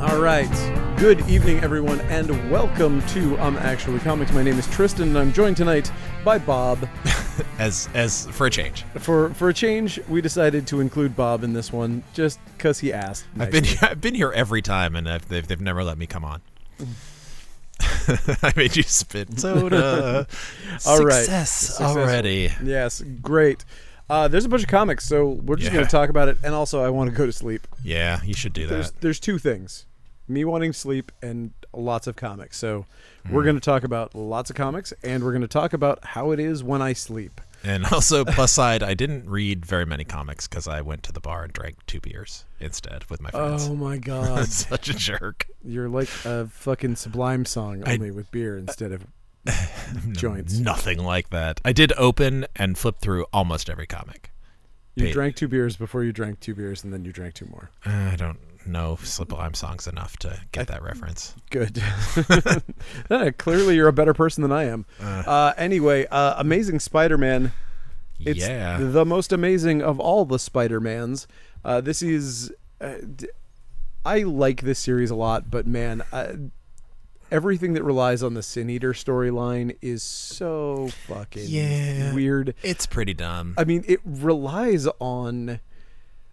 All right. Good evening, everyone, and welcome to I'm Actually Comics. My name is Tristan, and I'm joined tonight by Bob. as as for a change. For for a change, we decided to include Bob in this one just because he asked. I've been nicely. I've been here every time, and I've, they've they've never let me come on. I made you spit soda. All right. Success Success. already. Yes, great. Uh, there's a bunch of comics, so we're just going Yeah. to talk about it. And also, I want to go to sleep. Yeah, you should do There's that. there's two things: me wanting sleep and lots of comics. So we're Hmm. going to talk about lots of comics, and we're going to talk about how it is when I sleep. And also, plus side, I didn't read very many comics because I went to the bar and drank two beers instead with my friends. Oh my god! Such a jerk. You're like a fucking Sublime song, only with beer instead of joints. Nothing like that. I did open and flip through almost every comic. You Pete. drank two beers before you drank two beers, and then you drank two more. Uh, I don't know Sublime songs enough to get that reference. Good. Yeah, clearly, you're a better person than I am. Uh, anyway, uh, Amazing Spider-Man. It's yeah. the most amazing of all the Spider-Mans. Uh, this is. Uh, d- I like this series a lot, but man, I, everything that relies on the Sin Eater storyline is so fucking Yeah. weird. it's pretty dumb. I mean, it relies on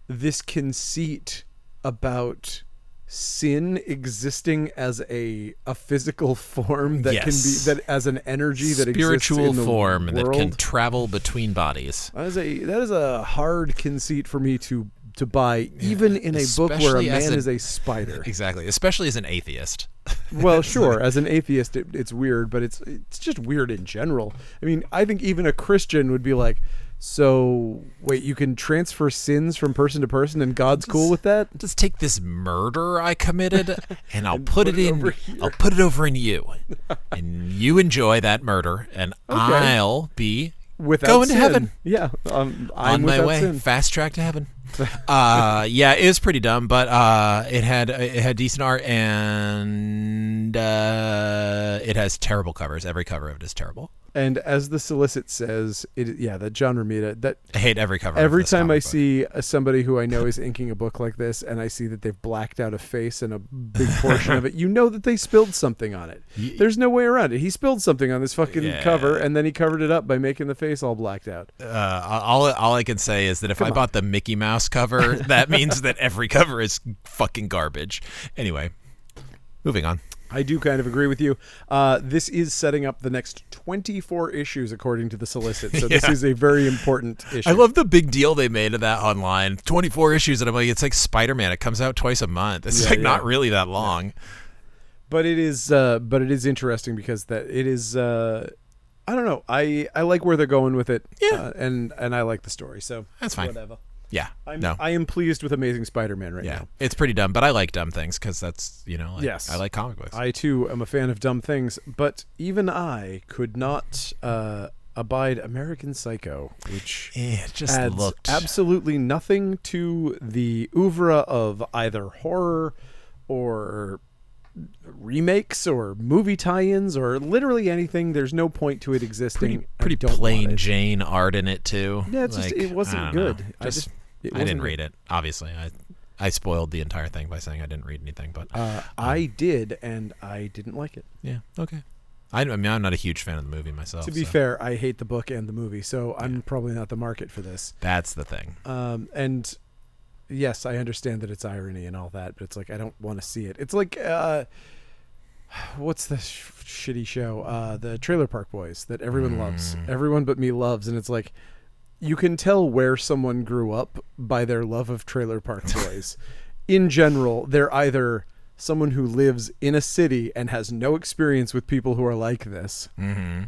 this conceit about sin existing as a a physical form that Yes. can be that as an energy that spiritual exists in the form world. that can travel between bodies. That is a that is a hard conceit for me to to buy, even in a book where a especially as man an- is a spider. Exactly, especially as an atheist. Well, sure. As an atheist, it, it's weird, but it's it's just weird in general. I mean, I think even a Christian would be like, "So wait, you can transfer sins from person to person, and God's cool with that?" Just take this murder I committed, and I'll put, it, over in. here. I'll put it over in you, and you enjoy that murder, and I'll be Without going to sin. heaven yeah. Um, I'm on my without way, sin. fast track to heaven. uh, yeah, it was pretty dumb, but uh, it had it had decent art, and uh, it has terrible covers. Every cover of it is terrible. And as the solicit says, it yeah, that John Romita. That I hate every cover. of every this time I comic book. see uh, somebody who I know is inking a book like this, and I see that they've blacked out a face and a big portion of it, you know that they spilled something on it. There's no way around it. He spilled something on this fucking Yeah. cover, and then he covered it up by making the face all blacked out. Uh, all all I can say is that if I bought the Mickey Mouse cover, that means that every cover is fucking garbage. Anyway, moving on. I do kind of agree with you. Uh, this is setting up the next 24 issues, according to the solicit. So this Yeah. is a very important issue. I love the big deal they made of that online. Twenty four issues, and I'm like, it's like Spider Man. It comes out twice a month. It's Yeah, like yeah. not really that long. but it is uh but it is interesting because that it is uh i don't know i i like where they're going with it Yeah. uh, and and i like the story so That's fine. whatever Yeah, i'm no, i am pleased with amazing spider-man right yeah, now it's pretty dumb, but I like dumb things because that's you know, like, Yes. I like comic books. i too am a fan of dumb things but even i could not uh abide american psycho which Eh, it just adds looked absolutely nothing to the oeuvre of either horror or remakes or movie tie-ins or literally anything. There's no point to it existing. I pretty don't want plain it. Jane art in it too. Yeah, it's just- Like, it wasn't I don't know. good. I Just, just- it I wasn't didn't good. read it. Obviously, I I spoiled the entire thing by saying I didn't read anything. But Uh, I did, and I didn't like it. yeah, okay. I, I mean, I'm not a huge fan of the movie myself. To be so fair, I hate the book and the movie, so I'm probably not the market for this. that's the thing. Um, and yes, I understand that it's irony and all that, but it's like I don't want to see it. It's like uh, what's the sh- shitty show? Uh, the Trailer Park Boys that everyone loves, Mm. everyone but me loves, and it's like you can tell where someone grew up by their love of Trailer Park Boys. In general, they're either someone who lives in a city and has no experience with people who are like this Mm-hmm.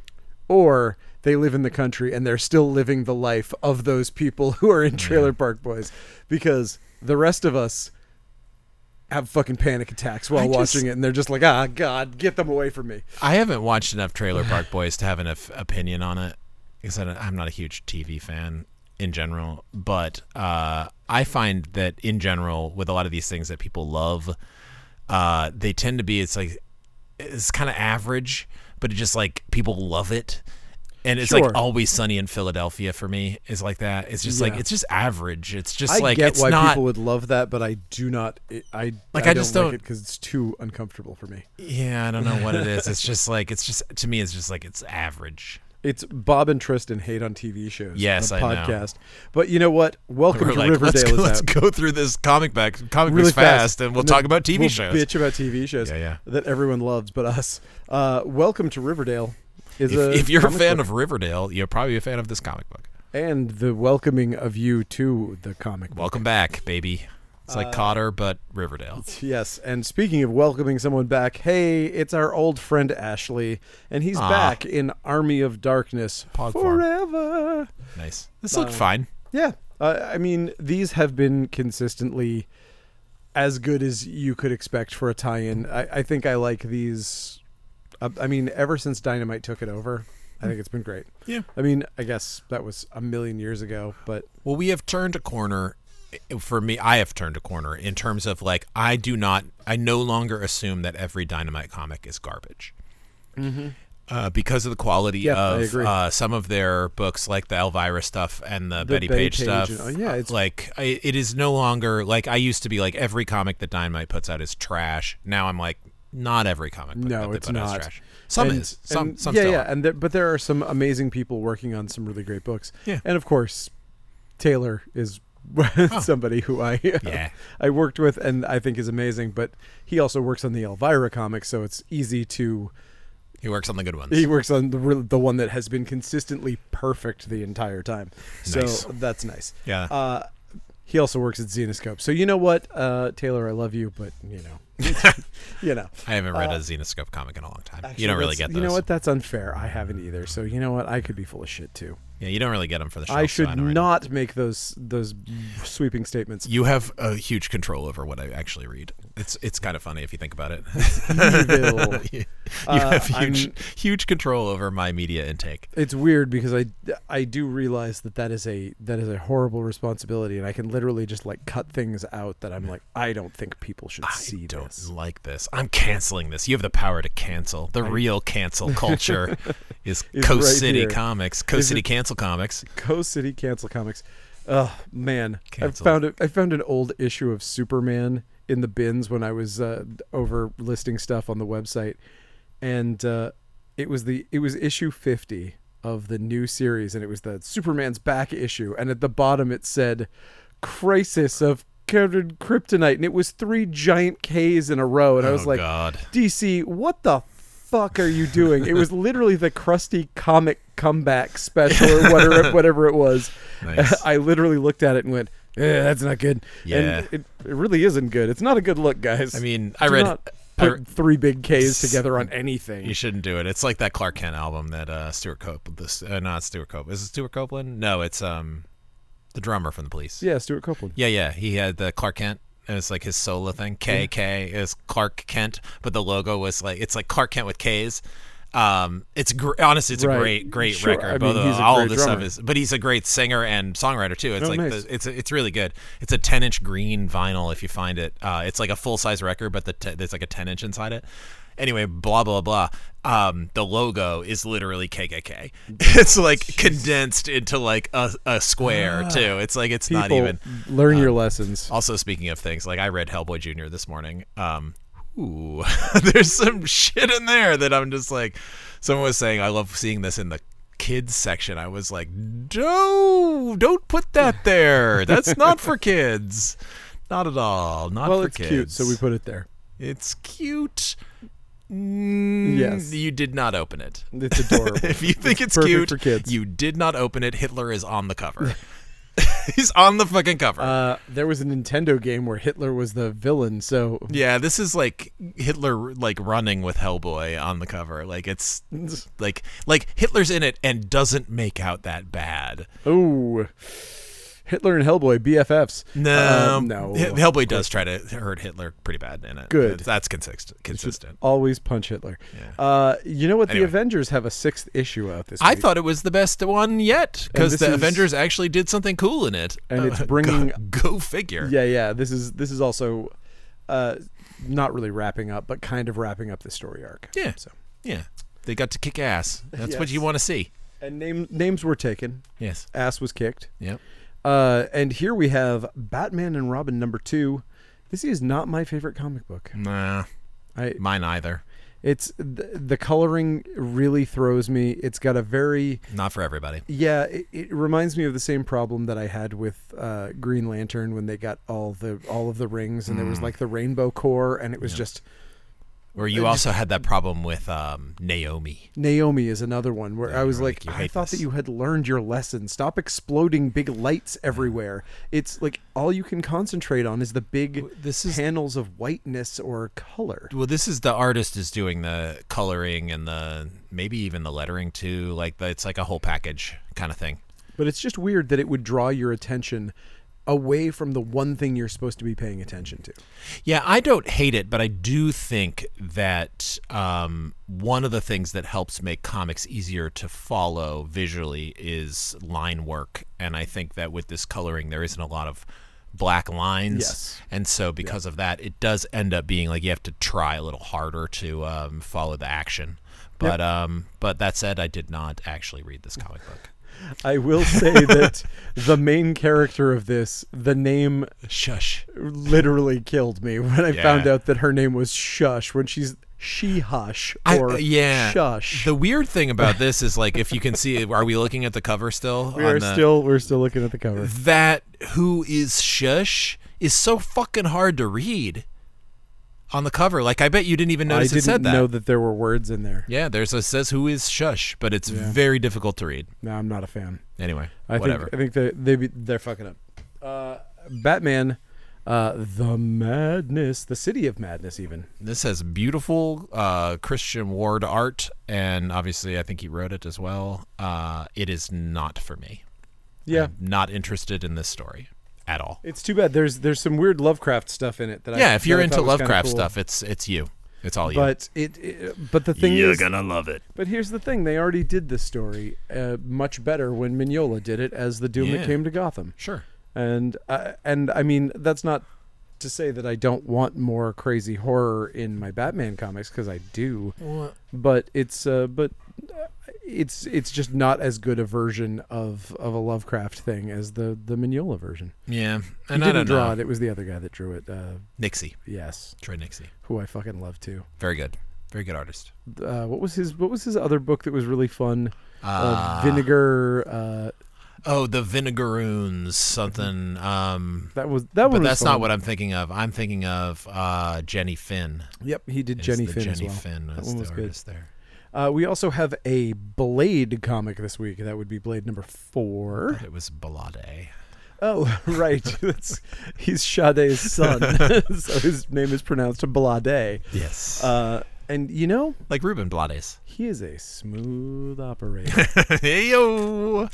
or they live in the country and they're still living the life of those people who are in Trailer Park Boys because the rest of us have fucking panic attacks while I just- watching it and they're just like, ah, God, get them away from me. I haven't watched enough Trailer Park Boys to have enough opinion on it because I don't- I'm not a huge TV fan in general. But uh, I find that in general, with a lot of these things that people love, uh, they tend to be it's like it's kind of average, but it just like people love it. And it's Sure. like always sunny in Philadelphia for me is like that. It's just Yeah. like it's just average. It's just I like get it's why not people would love that, but I do not. It, I Like, I, I just don't like don't- it because it's too uncomfortable for me. Yeah, I don't know what it is. It's just like it's just to me it's just like it's average. It's Bob and Tristan hate on TV shows. Yes, on I know. podcast. But you know what? Welcome We're to like, Riverdale let's, go, is let's out go through this comic back comic really books fast, fast, and we'll then talk about TV we'll shows. Bitch about TV shows. Yeah, yeah. That everyone loves, but us. Uh, welcome to Riverdale. Is If, a if you're a comic fan book- of Riverdale, you're probably a fan of this comic book. and the welcoming of you to the comic book. Welcome back, baby. It's Uh, like Cotter but Riverdale. Yes, and speaking of welcoming someone back, hey, it's our old friend Ashley, and he's Ah. back in Army of Darkness Pog farm. forever. Nice. This looked fine. Yeah, uh, I mean these have been consistently as good as you could expect for a tie-in. I, I think I like these. uh, I, I mean, ever since Dynamite took it over, I think it's been great. Yeah. I mean, I guess that was a million years ago, but Well, we have turned a corner. eh, For me, I have turned a corner in terms of like I do not, I no longer assume that every Dynamite comic is garbage. Uh, because of the quality Mm-hmm. Yeah, I of agree. uh, some of their books, like the Elvira stuff and the, Betty Betty Page, Page stuff, and- oh, yeah, it's- like I, it is no longer like I used to be like every comic that Dynamite puts out is trash. Now I'm like not every comic book No, that they it's put out not. is trash. Some and- is, some and- some yeah, still yeah, aren't. and there, but there are some amazing people working on some really great books. Yeah. and of course, Taylor is somebody who I Yeah. I worked with and I think is amazing. But he also works on the Elvira comic, so it's easy to He works on the good ones. he works on the real- the one that has been consistently perfect the entire time. So Nice. that's nice. Yeah. Uh, he also works at Xenoscope. So you know what, uh, Taylor, I love you, but you know, you know. I haven't read a Xenoscope comic in a long time. Uh, Actually, you don't really that's- get those. You know what? That's unfair. I haven't either. So you know what? I could be full of shit too. Yeah, you don't really get them for the show. I should not make those those sweeping statements. You have a huge control over what I actually read. It's it's kind of funny if you think about it. Evil. you Uh, have huge I'm- huge control over my media intake. It's weird because I, I do realize that that is a that is a horrible responsibility, and I can literally just like cut things out that I'm like I don't think people should see I don't this. like this. I'm canceling this. You have the power to cancel. The real cancel culture is Is Co right City here. Comics. Co Is City it- Cancel Comics. Co City Cancel Comics. Oh man, I Cancel. found a, I found an old issue of Superman in the bins when I was uh, over listing stuff on the website, and uh, it was the it was issue fifty of the new series, and it was the Superman's back issue, and at the bottom it said "Crisis of Countered Kryptonite," and it was three giant K's in a row, and I was oh like, God. DC, what the fuck are you doing? It was literally the crusty comic comeback special or whatever, whatever it was. Nice. I literally looked at it and went, eh, that's not good. Yeah. And it, it really isn't good. It's not a good look, guys. I mean, I Do read. not I put re- three big Ks together on anything. You shouldn't do it. It's like that Clark Kent album that uh, Stuart Copeland. This uh, not Stuart Copeland. Is it Stuart Copeland? No, it's um, the drummer from the Police. yeah, Stuart Copeland. yeah, yeah. He had the Clark Kent. It was like his solo thing. K K is Clark Kent, but the logo was like it's like Clark Kent with K's. Um, it's gr- honestly it's Right. a great great Sure, record. I mean, Both of- he's a all great of this drummer. stuff is, but he's a great singer and songwriter too. It's Oh, like nice. the, it's it's really good. It's a ten inch green vinyl if you find it. Uh, it's like a full size record, but the t- there's like a ten inch inside it. Anyway, blah blah blah. Um, the logo is literally KKK. It's like condensed into like a, a square too. It's like it's not Ah, Oh, People, even. learn your lessons. Also, speaking of things, like I read Hellboy Junior this morning. Um, ooh, there's some shit in there that I'm just like. Someone was saying I love seeing this in the kids section. I was like, no, don't put that there. That's not for kids. Not at all. Not Well, for it's kids. cute, so we put it there. It's cute. Mm, Yes. You did not open it. It's adorable. If you think it's, perfect cute, for kids. you did not open it. Hitler is on the cover. He's on the fucking cover. uh, there was a Nintendo game where Hitler was the villain, so Yeah, this is like Hitler like running with Hellboy on the cover. Like it's like like Hitler's in it and doesn't make out that bad. Oh, Hitler and Hellboy BFFs. No, Uh, no. Hi- Um, Hellboy does try to hurt Hitler pretty bad in it. Good. that's consistent. Consistent. Always punch Hitler. Yeah. Uh, you know what? The Anyway. Avengers have a sixth issue out this I week, thought it was the best one yet And because this the is- Avengers actually did something cool in it. and it's Uh, bringing. go, go figure. yeah, yeah. This is this is also uh, not really wrapping up, but kind of wrapping up the story arc. Yeah. So Yeah. They got to kick ass. That's what Yes. you want to see. And name, names were taken. Yes. Ass was kicked. Yep. Uh, and here we have Batman and Robin number two. This is not my favorite comic book. Nah. I Mine either. it's the, the coloring really throws me. It's got a very Not for everybody. yeah. It, it reminds me of the same problem that I had with uh, Green Lantern when they got all the all of the rings and there Mm. was like the rainbow core and it was just Or you also had that problem with um, Naomi. Naomi is another one where I was you're like, like, "You I hate thought this." that you had learned your lesson. Stop exploding big lights everywhere. It's like all you can concentrate on is the big this is- panels of whiteness or color. Well, this is the artist is doing the coloring and the maybe even the lettering too. Like the, it's like a whole package kind of thing. But it's just weird that it would draw your attention away from the one thing you're supposed to be paying attention to. Yeah, I don't hate it, but I do think that um, one of the things that helps make comics easier to follow visually is line work, and I think that with this coloring, there isn't a lot of black lines, Yes. and so because of that, it does end up being like you have to try a little harder to um, follow the action. But um, but that said, I did not actually read this comic book. I will say that the main character of this, the name Shush. literally killed me when I found Yeah. out that her name was Shush when she's she hush or uh, yeah. shush. The weird thing about this is like if you can see, are we looking at the cover still? we are on the- still we're still looking at the cover. that who is shush is so fucking hard to read on the cover. Like I bet you didn't even I notice it didn't said that. know that there were words in there. yeah, there's a says who is shush, but it's very difficult to read. No, I'm not a fan. Anyway, I whatever. think I think they they be, they're fucking up. Uh, Batman, uh, the madness, the city of madness, even. this has beautiful uh, Christian Ward art, and obviously I think he wrote it as well. Uh, it is not for me. Yeah, I'm not interested in this story at all. it's too bad. There's there's some weird Lovecraft stuff in it that I yeah, if you're that I thought into was kinda Lovecraft cool. stuff, it's it's you. It's all you. but it, it but the thing is, gonna love it. but here's the thing: they already did this story uh, much better when Mignola did it as the Doom Yeah. that came to Gotham. Sure. and uh, and I mean that's not to say that I don't want more crazy horror in my Batman comics because I do, but it's uh, but uh, it's it's just not as good a version of of a Lovecraft thing as the the Mignola version. Yeah, He and I didn't don't draw know. it; it was the other guy that drew it. Uh, Nixie, yes, Troy Nixie, who I fucking love too. very good, very good artist. Uh, what was his What was his other book that was really fun? Uh, Uh, Vinegar. Uh, oh, the Vinegaroons, something. Um, that was that one. but was that's not fun. what I'm thinking of. I'm thinking of uh, Jenny Finn. Yep, he did is Jenny the Finn Jenny as well. Finn That was one the was good. artist there. Uh, we also have a Blade comic this week. That would be Blade number four. It was Balade. Oh, right. That's he's Sade's son, so his name is pronounced Blade. Yes, Uh, and you know like Ruben Blades. he is a smooth operator. hey yo,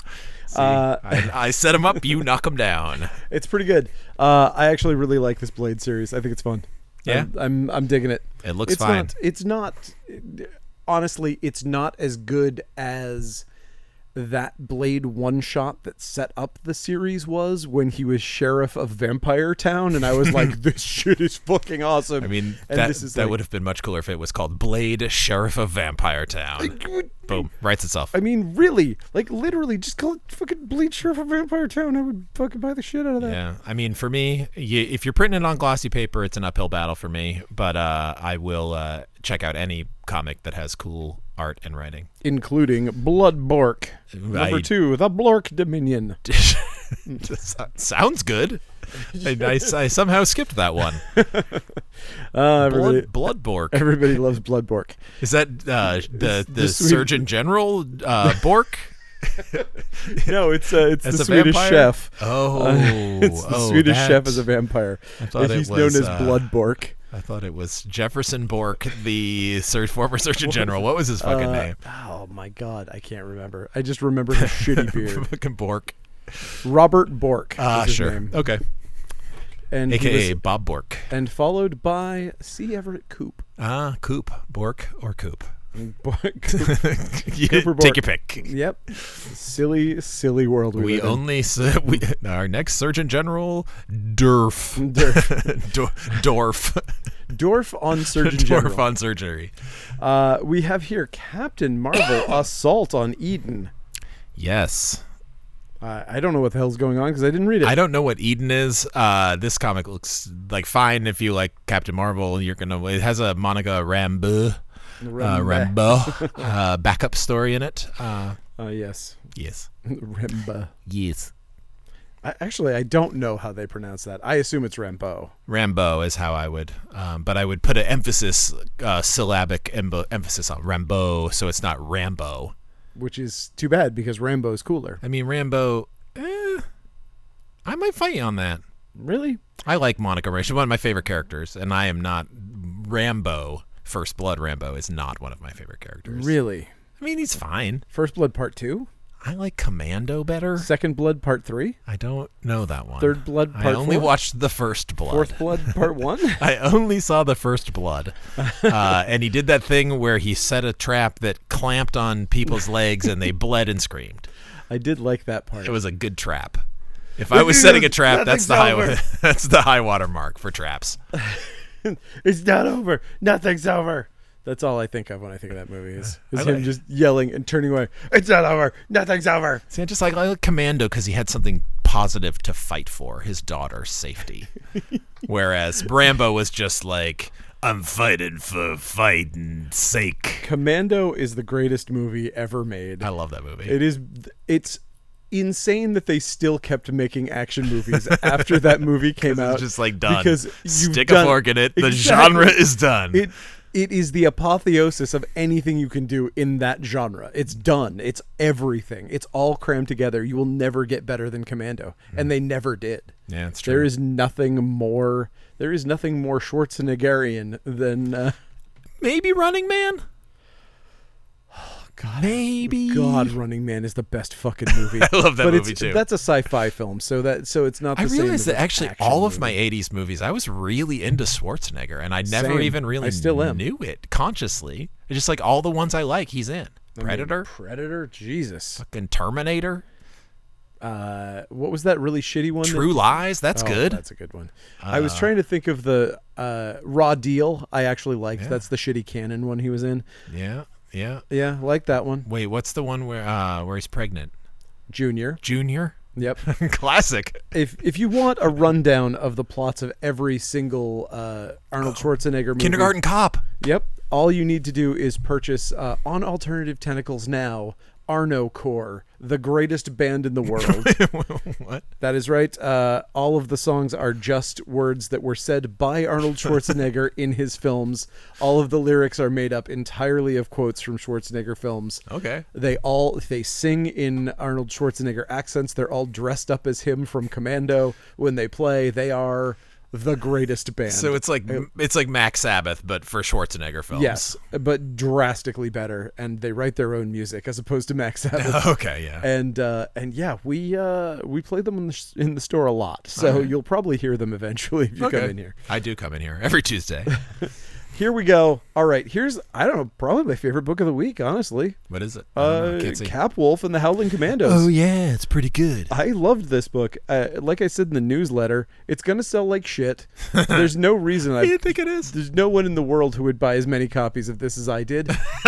See, Uh, I, I set him up. You knock him down. it's pretty good. Uh, I actually really like this Blade series. I think it's fun. Yeah? I'm I'm, I'm digging it. It looks it's fine. Not, it's not. Honestly, it's not as good as that Blade one shot that set up the series was when he was sheriff of Vampire Town, and I was like, "This shit is fucking awesome." I mean, and that, this is that like- would have been much cooler if it was called Blade, Sheriff of Vampire Town. Boom, writes itself. I mean, really, like literally, just call it fucking Blade Sheriff of Vampire Town. I would fucking buy the shit out of that. Yeah, I mean, for me, you, if you're printing it on glossy paper, it's an uphill battle for me. But uh, I will uh, check out any comic that has cool art and writing. Including Blood Bork number I- two, the Blork Dominion. So- Sounds good. I, I s- I somehow skipped that one. Uh, everybody, Blood, Blood Bork. everybody loves Blood Bork. Is that uh, the the, this we- Surgeon General uh, Bork? No, it's uh, it's As the a Swedish vampire? chef. Oh, it's the oh, Swedish chef that- as a vampire. thought And it he's known was, as uh, Blood Bork. I thought it was Jefferson Bork, the sur- former Surgeon General. What was his fucking name? Oh my god, I can't remember. I just remember his shitty beard. Fucking Bork. Robert Bork. Ah, was his sure. name. Okay. And he AKA was- Bob Bork. and followed by C. Everett Koop. Ah, Coop, Bork, or Coop. Bork. You- Cooper Take Bork. your pick. yep. Silly, silly world we, We live in. only s- we, our next Surgeon General Dorf Dorf, Dor- Dorf Dorf on Surgeon Dorf General. on surgery. Uh, we have here Captain Marvel assault on Eden. Yes. I I don't know what the hell's going on because I didn't read it. I don't know what Eden is. Uh, this comic looks like fine if you like Captain Marvel. You're gonna. It has a Monica Rambeau, uh, Remember. Rambeau uh, backup story in it. Uh, Uh, yes. yes. Remba. Yes. I, actually, I don't know how they pronounce that. I assume it's Rambo. Rambo is how I would, um, but I would put an emphasis, uh, syllabic embo- emphasis on Rambo, so it's not Rambo. which is too bad because Rambo's cooler. I mean, Rambo. Eh, I might fight you on that. Really? I like Monica Rambeau. She's one of my favorite characters, and I am not Rambo. First Blood Rambo is not one of my favorite characters. Really? I mean, he's fine. First Blood Part 2? I like Commando better. Second Blood Part 3? I don't know that one. Third Blood I Part only Four? watched the First Blood. Fourth Blood Part 1? I only saw the first blood. Uh, and he did that thing where he set a trap that clamped on people's legs and they bled and screamed. I did like that part. It was a good trap. If I was setting a trap, that's the high Nothing's that's the high water mark for traps. it's not over. Nothing's over. That's all I think of when I think of that movie is, is I him like- just yelling and turning away. It's not over. Nothing's over. See, I just like I like Commando because he had something positive to fight for, his daughter's safety. Whereas Rambo was just like, I'm fighting for fighting's sake. Commando is the greatest movie ever made. I love that movie. It is. It's insane that they still kept making action movies after that movie came It's out. just like done. Because you've Stick done- a fork in it. The Exactly. genre is done. It it is the apotheosis of anything you can do in that genre. It's done. It's everything. It's all crammed together. You will never get better than Commando, and they never did. Yeah, Mm. it's There true. is nothing more. There is nothing more Schwarzeneggerian than. Uh, Maybe Running Man. God, Maybe. God, Running Man is the best fucking movie. I love that but movie it's, too. That's a sci-fi film, so that so it's not. The I same realized as that an actually action all of movie. my '80s movies, I was really into Schwarzenegger, and I never Same. even really I still am. knew it consciously. It's just like all the ones I like, he's in Predator, Predator, Jesus. fucking Terminator, Uh, what was that really shitty one? that- True Uh, Lies. That's Oh, good. That's a good one. I was trying to think of the uh, Raw Deal. I actually liked. That's the shitty canon one he was in. yeah, yeah. Yeah, like that one. Wait, what's the one where uh, where he's pregnant? Junior. Junior. Yep. Classic. if if you want a rundown of the plots of every single uh, Arnold Oh. Schwarzenegger movie, Kindergarten Cop. Yep. All you need to do is purchase uh, on Alternative Tentacles now. Arno Core, the greatest band in the world. what? That is right. Uh, all of the songs are just words that were said by Arnold Schwarzenegger in his films. All of the lyrics are made up entirely of quotes from Schwarzenegger films. Okay. They all they sing in Arnold Schwarzenegger accents. They're all dressed up as him from Commando. When they play, they are the greatest band. So it's like it's like Max Sabbath, but for Schwarzenegger films. yes, but drastically better. And they write their own music as opposed to Max Sabbath. Okay. Yeah. and uh, and yeah, we uh, we play them in the sh- in the store a lot, so you'll probably hear them eventually if you come in here. I do come in here every Tuesday. Here we go. All right, here's I don't know, probably my favorite book of the week, honestly. What is it? I don't know. Uh, Can't see. Cap Wolf and the Howling Commandos. Oh, yeah, it's pretty good. I loved this book. Uh, like I said in the newsletter, it's gonna sell like shit. There's no reason I. think it is. There's no one in the world who would buy as many copies of this as I did,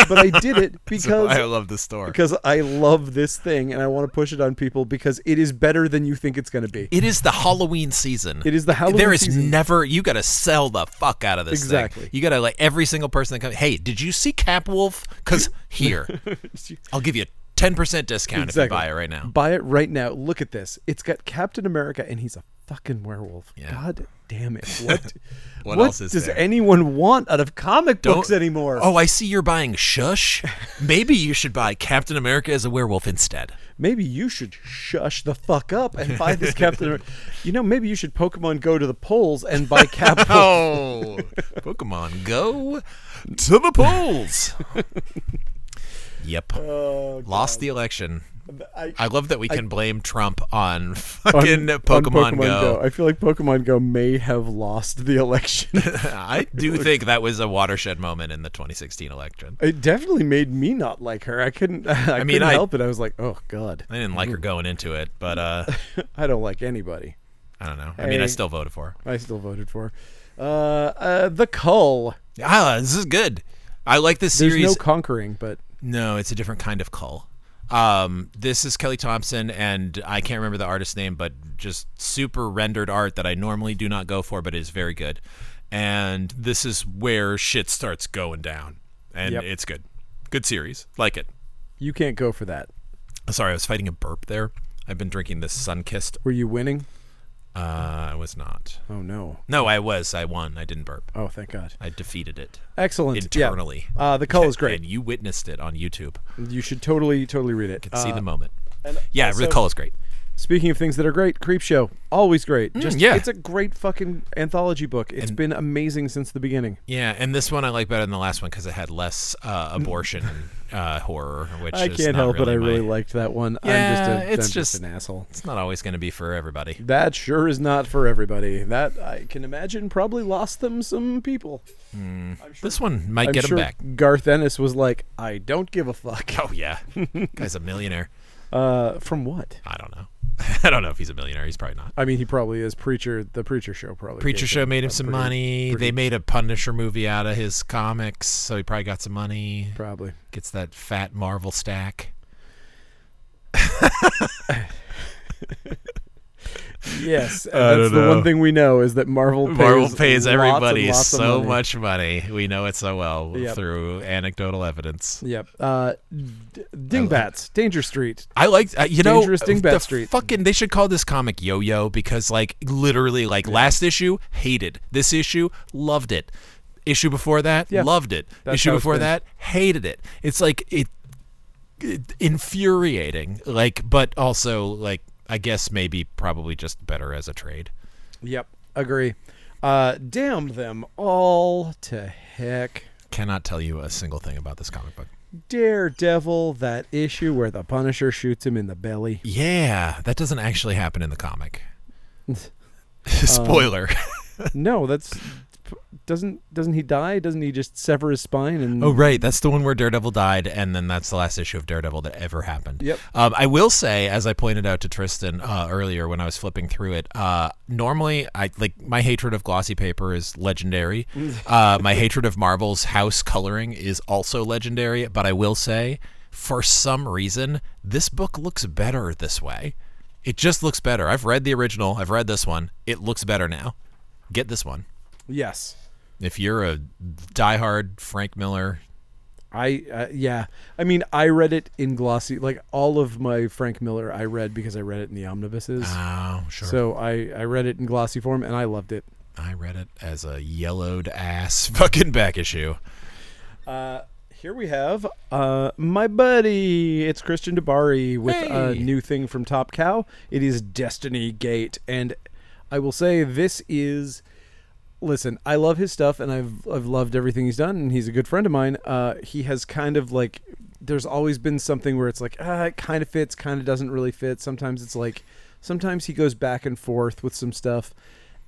but I did it because I love the store. because I love this thing and I want to push it on people because it is better than you think it's going to be. It is the Halloween season. It is the Halloween There is season. never you got to sell the fuck out of this thing. Exactly. You got to like every single person that comes. Hey, did you see Cap Wolf? Because here, I'll give you a ten percent discount if you Exactly. buy it right now. Buy it right now. Look at this. It's got Captain America and he's a fucking werewolf. Yeah. God damn it. What What else is does there? anyone want out of comic Don't- books anymore? Oh, I see you're buying Shush. Maybe you should buy Captain America as a werewolf instead. Maybe you should shush the fuck up and buy this Captain America. You know, maybe you should Pokemon go to the polls and buy Cap Wolf. Oh, Pokemon Go to the polls. yep. Oh, Lost the election. I- I love that we can blame Trump on fucking Pokemon, Go. I feel like Pokemon Go may have lost the election. I do think that was a watershed moment in the 2016 election. it definitely made me not like her. I couldn't. I, mean, couldn't I- help it. I was like, oh god, I didn't like her going into it, but uh, I don't like anybody. I don't know. I mean, I Hey. still voted for her. I still voted for. her. Uh, uh the cull. Ah, this is good. I like this There's series. no conquering, but No, it's a different kind of cull. Um, this is Kelly Thompson, and I can't remember the artist's name, but just super rendered art that I normally do not go for, but is very good. And this is where shit starts going down, and Yep. it's good. Good series, like it. You can't go for that. Sorry, I was fighting a burp there. I've been drinking this Sunkist. Were you winning? Uh, I was not. Oh no. No, I was. I won. I didn't burp. Oh, thank God. I defeated it Excellent. Yeah. internally. Uh, the color's great. And you witnessed it on YouTube. You should totally, totally read it. Could see Uh, the moment. and Yeah, also- the call is great. Speaking of things that are great, Creep Show, always great. Just Mm, yeah. it's a great fucking anthology book. It's been amazing since the beginning. Yeah, and this one I like better than the last one because it had less uh, abortion uh, horror, which Mm. I is can't not help it. I really my- really liked that one. I'm Yeah, just a, it's I'm just just- an asshole. It's not always going to be for everybody. That sure is not for everybody. That I can imagine probably lost them some people. This one might I'm get sure him back. Garth Ennis was like, I don't give a fuck. Oh yeah, guy's a millionaire. Uh, from what? I don't know. I don't know if he's a millionaire. He's probably not. I mean, he probably is. Preacher, the Preacher Show probably. Preacher gave show made him a some pretty- money. pretty- They made a Punisher movie out of his comics, so he probably got some money. Probably. Gets that fat Marvel stack. Yes, and I that's don't the one know. thing we know is that Marvel pays Marvel lots pays and everybody lots of so money. much money. We know it so well Yep. through anecdotal evidence. Yep. Uh, d- dingbats, Danger Street. I liked, uh, you know, Dangerous Dingbat the Street. fucking. They should call this comic Yo-Yo because, like, literally, like last issue hated this issue, loved it. Issue before that, Yeah. loved it. That's issue how it's before been. that, hated it. It's like it, it infuriating. Like, but also like I guess maybe probably just better as a trade. Yep. Agree. Uh, damn them all to heck. Cannot tell you a single thing about this comic book. Daredevil, that issue where the Punisher shoots him in the belly. Yeah, that doesn't actually happen in the comic. Spoiler. No, that's doesn't doesn't he die? Doesn't he just sever his spine and Oh right, that's the one where Daredevil died, and then that's the last issue of Daredevil that ever happened. Yep. Um, I will say, as I pointed out to Tristan uh, earlier when I was flipping through it, uh, normally I like my hatred of glossy paper is legendary. uh, my hatred of Marvel's house coloring is also legendary. But I will say, for some reason, this book looks better this way. It just looks better. I've read the original. I've read this one. It looks better now. Get this one. yes. If you're a diehard Frank Miller I uh, yeah. I mean, I read it in glossy like all of my Frank Miller I read because I read it in the omnibuses. Oh, sure. So I I read it in glossy form and I loved it. I read it as a yellowed ass fucking back issue. Uh, here we have uh, my buddy. It's Christian Debari with a Hey. new thing from Top Cow. It is Destiny Gate, and I will say this is. Listen, I love his stuff, and I've I've loved everything he's done, and he's a good friend of mine. Uh, he has kind of like, there's always been something where it's like, ah, it kind of fits, kind of doesn't really fit. Sometimes it's like, sometimes he goes back and forth with some stuff,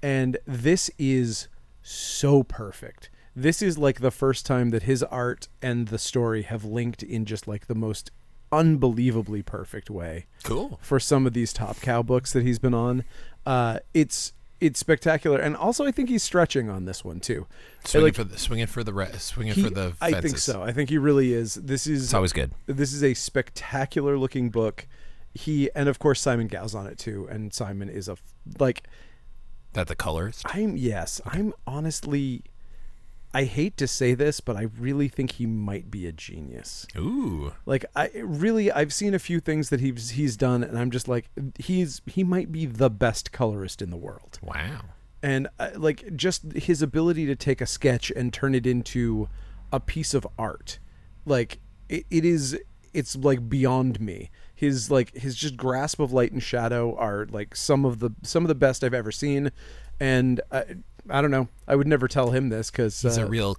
and this is so perfect. This is like the first time that his art and the story have linked in just like the most unbelievably perfect way Cool. for some of these top cow books that he's been on. Uh, it's it's spectacular, and also I think he's stretching on this one too. Swinging like- for the swinging for the re- swinging He- for the fences. I think so. I think he really is. This is It's always good. this is a spectacular looking book. He and of course Simon Gow's on it too, and Simon is a f- like That the colors. I'm yes, I'm honestly I hate to say this, but I really think he might be a genius. Ooh. Like I really I've seen a few things that he's he's done and I'm just like he's he might be the best colorist in the world. Wow. And uh, like just his ability to take a sketch and turn it into a piece of art. Like it, it is it's like beyond me. His like his just grasp of light and shadow are like some of the some of the best I've ever seen and I, I don't know. I would never tell him this cuz He's a uh, real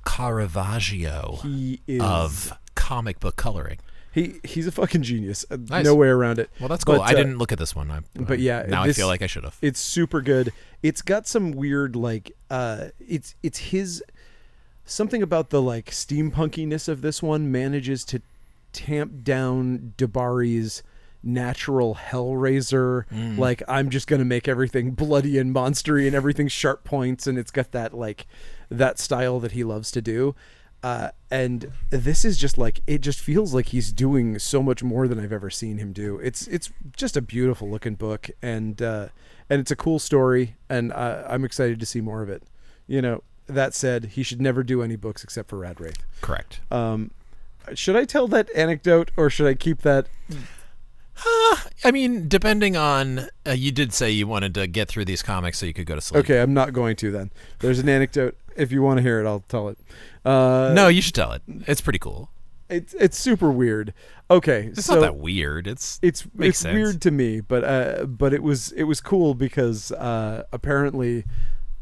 Caravaggio he is of comic book coloring. He he's a fucking genius. Uh, Nice. No way around it. Well, that's cool. But, I uh, didn't look at this one. I, but yeah, now this- I feel like I should have. It's super good. It's got some weird like uh it's it's his something about the like steampunkiness of this one manages to tamp down Debari's natural hellraiser like i'm just gonna make everything bloody and monstery and everything sharp points and it's got that like that style that he loves to do Uh, and this is just like it just feels like he's doing so much more than I've ever seen him do. It's it's just a beautiful looking book, and uh, and it's a cool story, and uh, I'm excited to see more of it. You know, that said, he should never do any books except for Radwraith. Correct. Um, should I tell that anecdote or should I keep that? I mean, depending on uh, you did say you wanted to get through these comics so you could go to sleep. Okay, I'm not going to then. There's an anecdote. If you want to hear it, I'll tell it. Uh, No, you should tell it. It's pretty cool. it's it's super weird. Okay, It's so not that weird. It's it's Makes it's sense. weird to me, but uh, but it was it was cool because uh, apparently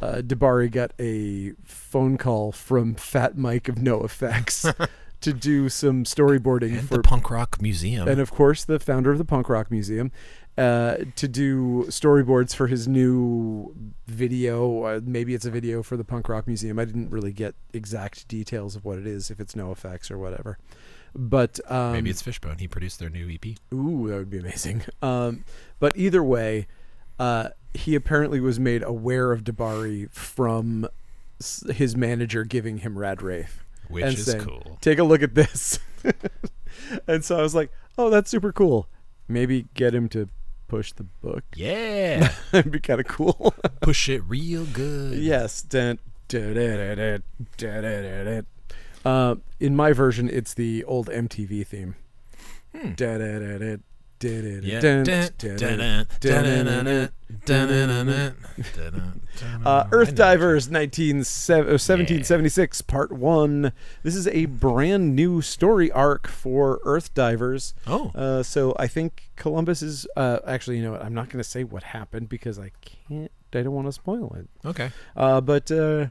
uh, Debari got a phone call from Fat Mike of No Effects to do some storyboarding at for the punk rock museum. and of course the founder of the punk rock museum uh, to do storyboards for his new video uh, maybe it's a video for the punk rock museum i didn't really get exact details of what it is if it's no effects or whatever but um, Maybe it's Fishbone. He produced their new E EP. Ooh, that would be amazing. Um, but either way, uh, he apparently was made aware of Debari from s- his manager giving him Radwraith, Which and is saying, cool. Take a look at this. and so I was like, "Oh, that's super cool. Maybe get him to push the book. Yeah, That'd be kind of cool." push it real good. yes. Dun, dun, dun, dun, dun, dun, dun, dun. Uh, in my version, it's the old MTV theme. Dun, dun, dun, dun, dun, dun, Hmm. Yeah. dun, Dun, dun, dun. dun, dun, dun, dun, dun, dun, dun, dun, dun, dun, dun, dun. Uh, Earth I know. Divers 19, sev- uh, 1776, Part 1. This is a brand new story arc for Earth Divers. Oh. Uh, so I think Columbus is. Uh, actually, you know what? I'm not going to say what happened because I can't. I don't want to spoil it. Okay. Uh, but uh,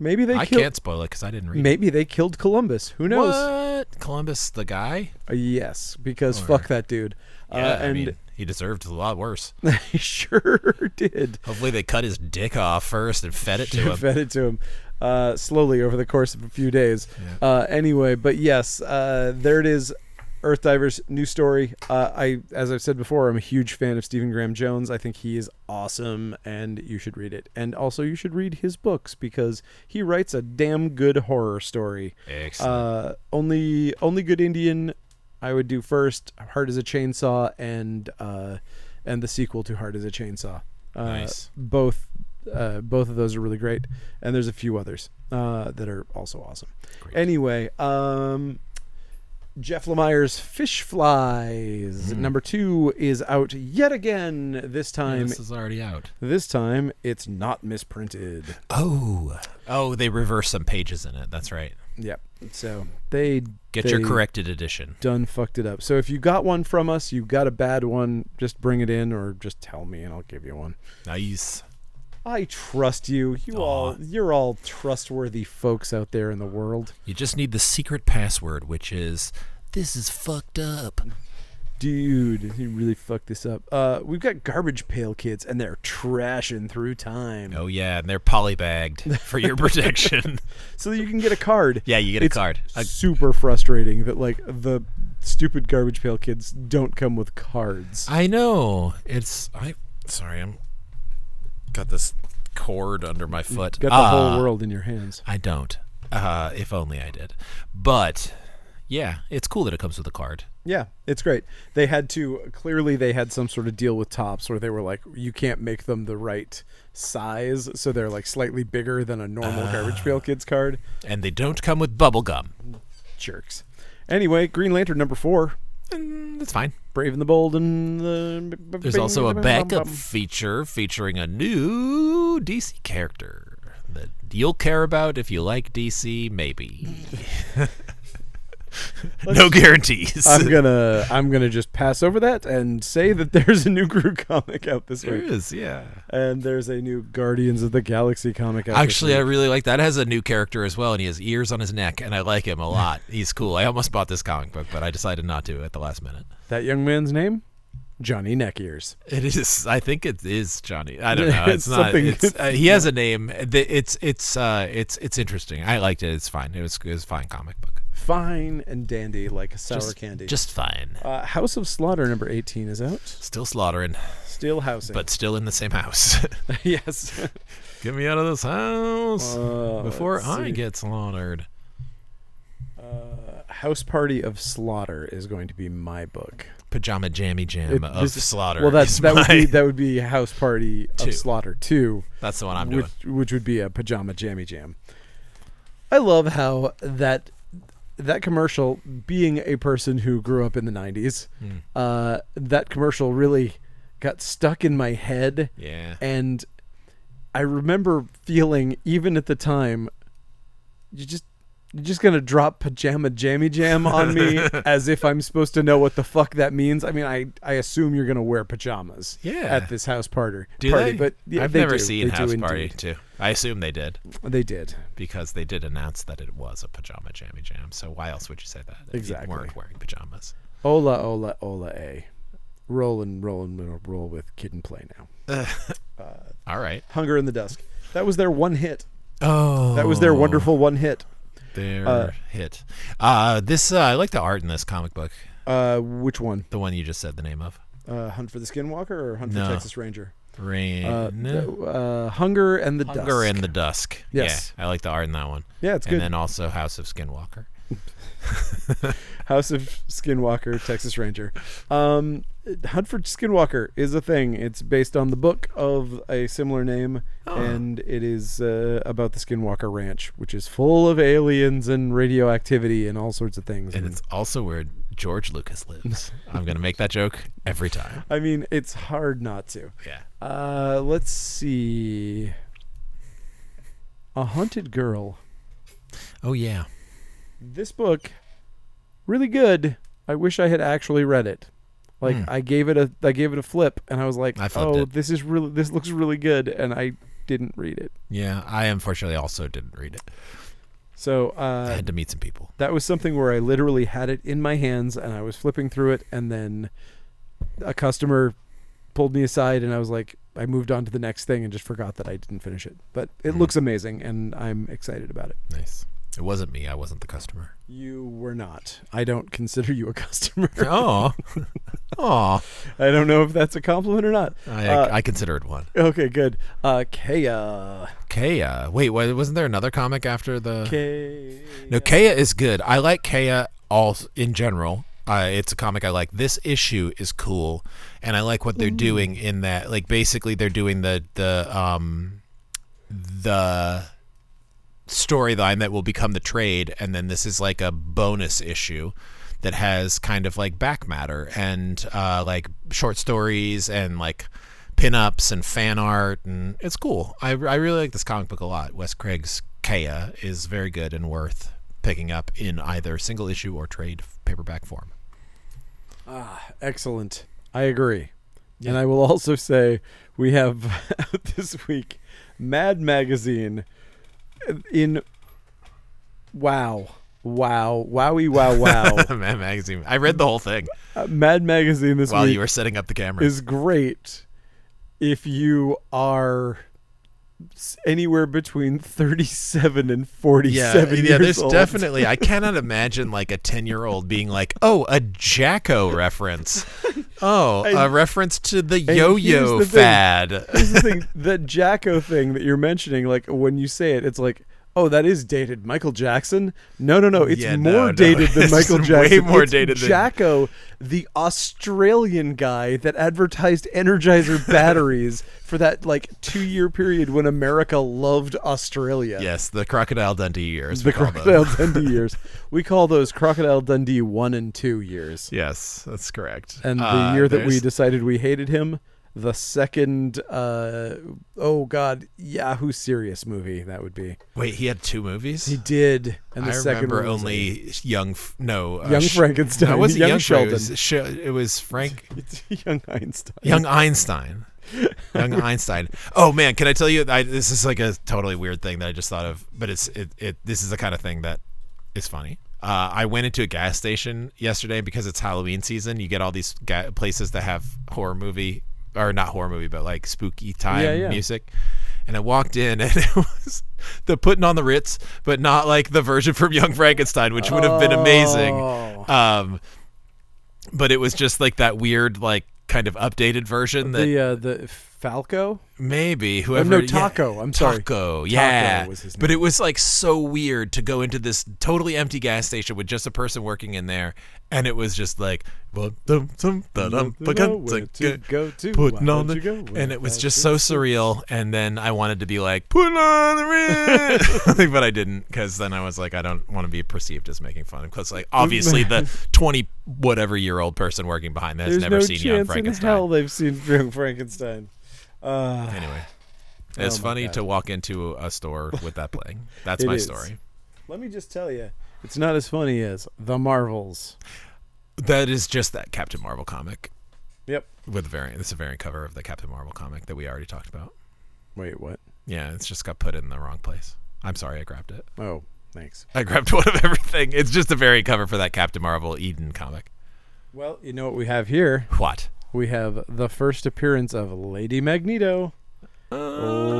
maybe they I killed. can't spoil it because I didn't read. it. Maybe they killed Columbus. Who knows? What? Columbus, the guy? Uh, yes, because Or- fuck that dude. uh, I and mean, he deserved a lot worse. they sure did. Hopefully, they cut his dick off first and fed it to him. fed it to him uh, slowly over the course of a few days. Uh, anyway, but yes, uh, there it is. Earth Divers new story. Uh, I, as I've said before, I'm a huge fan of Stephen Graham Jones. I think he is awesome, and you should read it. And also, you should read his books because he writes a damn good horror story. Excellent. Uh, only, only good Indian. I would do first. Hard as a chainsaw, and uh, and the sequel to Hard as a Chainsaw. Uh, Nice. Both uh, both of those are really great, and there's a few others uh, that are also awesome. Great. Anyway, um, Jeff Lemire's Fish Flies Mm-hmm. number two is out yet again. This time, this is already out. this time it's not misprinted. Oh. Oh, they reversed some pages in it. That's right. Yep. So they Get they your corrected edition. Done fucked it up. So if you got one from us, you got a bad one. Just bring it in, or just tell me, and I'll give you one. Nice. I trust you. You all, you're all trustworthy folks out there in the world. You just need the secret password, which is this is fucked up. Dude, you really fucked this up. Uh, we've got garbage pail kids, and they're trashing through time. Oh yeah, and they're polybagged for your protection. So that you can get a card. yeah, you get a It's card. A- Super frustrating that like the stupid garbage pail kids don't come with cards. I know. It's I sorry, I'm got this cord under my foot. Got the Ah. whole world in your hands. I don't. Uh, if only I did. But yeah, it's cool that it comes with a card. Yeah, it's great. They had to clearly they had some sort of deal with Tops where they were like, you can't make them the right size, so they're like slightly bigger than a normal garbage Ah. pail kids card. And they don't come with bubble gum. Jerks. Anyway, Green Lantern number four. And that's fine. Brave and the Bold and the. There's also a backup feature featuring a new DC character that you'll care about if you like DC, maybe. no guarantees. I'm gonna I'm gonna just pass over that and say that there's a new Gru comic out this there week, is, yeah. and there's a new Guardians of the Galaxy comic out. Actually, I this week. really like that. It has a new character as well, and he has ears on his neck, and I like him a lot. He's cool. I almost bought this comic book, but I decided not to at the last minute. that young man's name, Johnny Neck Ears. It is. I think it is Johnny. I don't know. It's It's, not. something- It's, uh, he has a name. The- It's it's uh it's it's interesting. I liked it. It's fine. It was it was a fine comic book. Fine and dandy like sour candy. Just fine. uh, House of Slaughter number 18 is out. Still slaughtering, Still housing. but still in the same house. yes. Get me out of this house Uh, before let's I see. Uh, get slaughtered. House Party of Slaughter is going to be my book. Pajama jammy jam It- of this- slaughter. Well, that's is that would my- be that would be House Party Two. of Slaughter Two, that's the one I'm doing. which which would be a pajama jammy jam. I love how that that commercial, being a person who grew up in the '90s, Hmm. uh, that commercial really got stuck in my head. Yeah. and I remember feeling even at the time, you just you're just gonna drop pajama jammy jam on me as if I'm supposed to know what the fuck that means. I mean, I I assume you're gonna wear pajamas Yeah. at this house party. Do party, they? But yeah, I've they never do. seen They do House Party indeed. too. I assume they did They did. because they did announce that it was a pajama jammy jam. So why else would you say that? If Exactly. You weren't wearing pajamas. Ola ola ola a, roll and roll and roll- roll with kid and play now. All right. Hunger in the dusk. That was their one hit. Oh, That was their wonderful one hit. Their uh, hit. Uh, this uh, I like the art in this comic book. Uh, which one? The one you just said the name of. Uh, Hunt for the Skinwalker or Hunt for No. Texas Ranger? Rain. Uh, the- uh, Hunger and the Hunger Dusk. in the Dusk. Yes. Yeah, I like the art in that one. yeah, it's and good. then also House of Skinwalker. House of Skinwalker, Texas Ranger. Um, Hunt for Skinwalker is a thing. It's based on the book of a similar name, Ah. and it is uh, about the Skinwalker Ranch, which is full of aliens and radioactivity and all sorts of things. And And- it's also where George Lucas lives. I'm going to make that joke every time. I mean, it's hard not to. Yeah. Uh, let's see. A Haunted Girl. Oh, yeah. this book really good i wish i had actually read it like i gave it a i gave it a flip and i was like Hmm. I flipped oh it. this is really this looks really good and i didn't read it Yeah. I unfortunately also didn't read it. so I uh had to meet some people. that was something where i literally had it in my hands and i was flipping through it and then a customer pulled me aside and i was like i moved on to the next thing and just forgot that i didn't finish it but it Hmm. looks amazing and i'm excited about it Nice. It wasn't me. I wasn't the customer. you were not i don't consider you a customer Oh. Oh. i don't know if that's a compliment or not I, Uh, I consider it one. Okay, good. Uh, Kea. Kea. uh, Wait, wa- wasn't there another comic after the. Kea. No, Kea is good. I like Kea all in general. Uh, it's a comic I like. This issue is cool, and I like what they're doing in that. Like basically, they're doing the the um the storyline that will become the trade, and then this is like a bonus issue that has kind of like back matter and uh, like short stories and like pinups and fan art, and it's cool. I, I really like this comic book a lot. Wes Craig's Kea is very good and worth picking up in either single issue or trade paperback form. Ah, Excellent. I agree. And I will also say we have out this week Mad Magazine in wow. Wow. Wowie wow wow. Mad Magazine. I read the whole thing Uh, Mad Magazine this while week you were setting up the camera. is great if you are s- anywhere between 37 and 47 yeah. years There's old. definitely. I cannot imagine like a ten year old being like, "Oh, a Jacko reference. Oh, a reference to the yo-yo the thing. fad." Here's the thing, that Jacko thing that you're mentioning, like when you say it, it's like, oh, that is dated. Michael Jackson? No, no, no. It's Yeah, no, more no. dated than It's Michael way Jackson. more It's dated than- Jacko, the Australian guy that advertised Energizer batteries for that like two year period when America loved Australia. Yes, the crocodile Dundee years. The we call them. Crocodile Dundee years. We call those Crocodile Dundee one and two years. Yes, that's correct. And the Uh, year that we there's- decided we hated him, the second, uh, oh god, Yahoo Serious movie that would be. wait, he had two movies. He did, and the I second remember one was only young, F- no, uh, Young Sh- Frankenstein, No, it wasn't Young young, Frank- It Sheldon. was, Sh- it was Frank, it. young Einstein. young Einstein, young Einstein. Oh man, can I tell you? I, this is like a totally weird thing that I just thought of, but it's it. it this is the kind of thing that is funny. Uh, I went into a gas station yesterday because it's Halloween season. You get all these ga- places that have horror movie or not horror movie, but like spooky time Yeah, yeah. music. And I walked in, and it was the putting on the Ritz, but not like the version from Young Frankenstein, which would have been amazing. Oh. Um, but it was just like that weird, like kind of updated version that The uh, the Falco? Maybe Oh, whoever. no, yeah. Taco. I'm sorry. Taco, yeah. was his But it was like so weird to go into this totally empty gas station with just a person working in there, and it was just like, "Well, dum, dum, da, dum, Don't ba, know gun, where ta, to gun, go to. putting Why don't on the-" you go where and it was I just do? so surreal. And then I wanted to be like, "Put on the ring," but I didn't because then I was like, I don't want to be perceived as making fun because like obviously the twenty whatever year old person working behind that has There's never no seen chance Young in Frankenstein. hell they've seen Young Frankenstein. Uh, Anyway, Oh it's my funny God. to walk into a store with that playing. That's It my is. story. let me just tell you, it's not as funny as The Marvels. That is just that Captain Marvel comic Yep. with a variant. It's a variant cover of the Captain Marvel comic that we already talked about. Wait, what? Yeah, it's just got put in the wrong place. I'm sorry, I grabbed it. Oh, thanks. I grabbed one of everything. It's just a variant cover for that Captain Marvel Eden comic. Well, you know what we have here? What? We have the first appearance of Lady Magneto. Uh,